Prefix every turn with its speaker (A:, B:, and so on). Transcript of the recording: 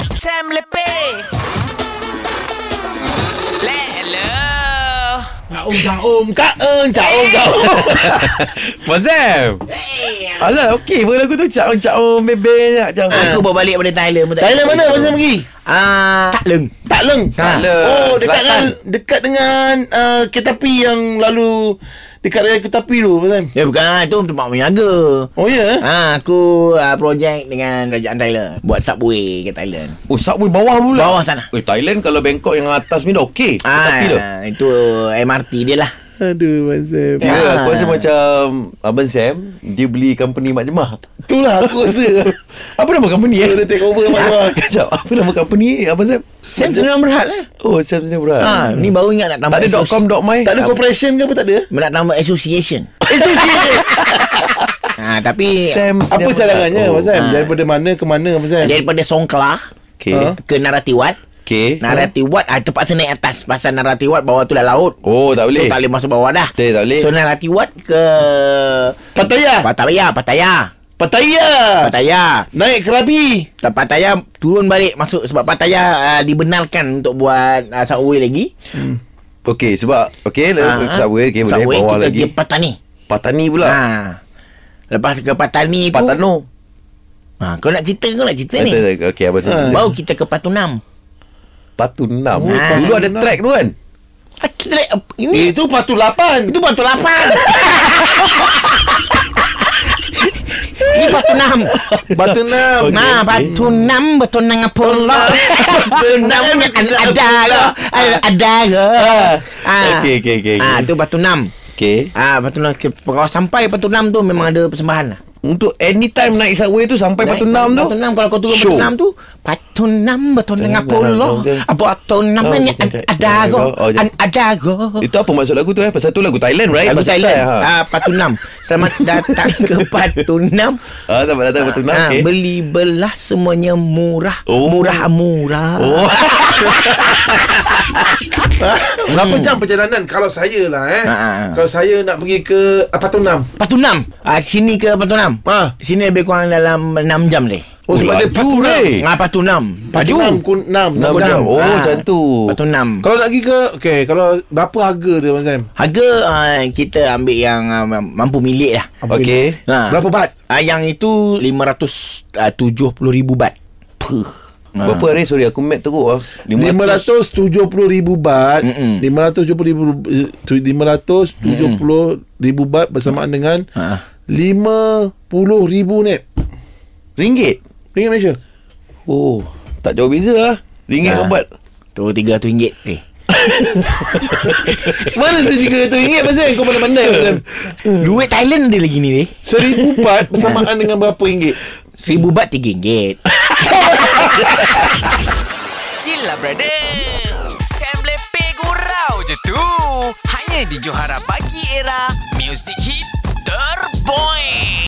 A: Sam lebih Lelo
B: Kak Om, Kak Om, Kak
C: eh,
B: Om, Kak
C: oh,
B: Om, Kak Om. Wan Sam. Azal, okey pun lagu tu. Cak Om, Cak Om, bebel. Cak Om.
D: Aku bawa balik pada Thailand pun tak
C: Thailand mana Abang Sam pergi?
D: Ah,
C: Tak Leng Tak Leng
B: Tak Leng.
C: Oh dekat
B: Selatan.
C: dengan Dekat dengan uh, Ketapi yang lalu Dekat dengan Ketapi tu Abang Sam
D: Ya bukan ah, Itu tempat menyaga
C: Oh ya yeah.
D: Ah, aku ah, projek dengan Kerajaan Thailand Buat subway ke Thailand
B: Oh, subway bawah pula.
D: Bawah sana
B: Eh, Thailand kalau Bangkok yang atas ni dah okey. Tapi tu.
D: Ah, itu MRT dia lah
B: Ah.
C: Aduh Abang Sam
B: Ya, aku rasa macam Abang Sam, dia beli company Mak Jemah.
C: Itulah aku rasa
B: Apa nama company eh?
C: Dia take over Mak Jemah
B: Kejap, apa nama company Abang Sam?
D: Sam sebenarnya berhad lah
B: Oh, Sam sini pula.
D: Ah, ni baru ingat nak
B: tak
D: tambah
B: ada
D: associ-
B: .com, .my?
C: Tak ada corporation ke apa tak ada
D: Nak tambah association
C: Association
D: ah, Tapi
B: Sam Oh,
C: Apa
B: Sedia-
C: cadangannya Abang Sam
B: ah.
D: ha.
C: Daripada mana ke mana Abang Sam
D: Daripada Songkla
B: Okey.
C: Ha?
D: Ke Naratiwat
B: Okey.
D: Naratiwat ah, Terpaksa naik atas Pasal Naratiwat bawah tu dah laut
B: Oh, tak boleh.
D: So tak boleh masuk bawah dah
B: Tak, tak boleh.
D: So Naratiwat ke
C: Pattaya
D: Pattaya Pattaya
C: Pattaya
D: Pattaya
C: Naik Kerabi
D: Tak Pattaya turun balik masuk Sebab Pattaya uh, dibenarkan untuk buat uh, subway lagi
B: Okey, sebab okey,
D: Ah,
B: ha, subway okey boleh
D: kita
B: bawah lagi.
D: pergi Patani
B: Patani pula.
D: ha. Lepas ke Patani tu
B: Patano.
D: ha, Kau nak cerita kau nak cerita
B: Tak,
D: ni
B: tak, tak. Okey, abang
C: Ah.
B: Sam.
D: Baru kita ke Patunam
B: Patu 6.
D: Ah.
B: Dulu ada track tu kan?
D: Ah, kita naik, eh, Ini
C: Itu Patu Lapan
D: Itu batu lapan Ini batu enam
C: Patu Enam
B: Okey.
D: Nah, batu enam Batu enam apa lah Batu enam ada- Ada ke Ada- Ada ke Ah.
B: Okey, okey, okey,
D: Ah,
B: okey.
D: tu batu enam
B: Okey.
D: Ah, batu enam Ke- Kau sampai batu enam tu Memang ada persembahan lah
B: Untuk anytime naik subway tu sampai Patu 6 tu.
D: Batu enam Kalau kau turun
B: Show.
D: batu enam tu Batu enam Batu enam apa
C: enam,
D: lah
C: betul.
D: Ah, Batu enam
B: Oh,
D: ni
B: okey, okey.
D: Ada ke
B: Oh, okey.
D: An- Ada ke
B: Itu apa maksud lagu tu eh? Pasal tu lagu Thailand right?
D: Lagu
B: Maksud
D: Thailand
B: Thai,
D: ha. uh, Patunam Selamat datang ke Patunam
B: Ha, ha selamat datang Patu 6.
D: Ah,
B: Okey.
D: Beli belah semuanya murah
B: Oh.
D: Murah-murah
B: Oh.
C: Ah. Berapa
B: Hmm.
C: jam perjalanan Kalau saya lah eh
B: Ah,
D: Ha, ha, ha.
C: Kalau saya nak pergi ke uh, Patu Enam
D: Patunam ah, Sini ke Patunam
C: Ha.
D: Sini lebih kurang dalam 6 jam deh
C: Oh sebab dia Patu Enam
B: eh.
D: ah, Patunam
C: Patu Enam kun- Enam
B: Enam
C: Kun-
B: jam.
D: Ah,
B: Oh, macam tu.
D: Patunam
C: Hmm. Kalau nak pergi ke Okay Kalau berapa harga dia Abang Sam
D: Harga ah, kita ambil yang ah, mampu milik lah
B: Okey.
D: ha.
C: Berapa bat
D: Ah, yang itu 570 ribu bat Puh. Ah.
B: Berapa hari? Sorry, aku map teruk ah.
C: 570,000 bat
D: Mm-mm.
C: 570,000 570,000 bat Bersamaan dengan
D: Ha.
C: 50,000 net
B: ringgit.
C: Ringgit Malaysia
B: Oh, tak jauh beza ah. Ringgit
D: Ah.
B: ha. obat.
D: Tu RM300 eh.
C: Mana tu tiga tu ringgit Abang Sam Eh, Kau pandai-pandai Abang Sam
D: Duit Thailand ada lagi ni ni.
C: Seribu bat Bersamaan dengan berapa ringgit
D: Seribu bat tiga ringgit.
A: Chill lah brother Sam lebih gurau je tu Hanya di Johara Pagi Era Music Hit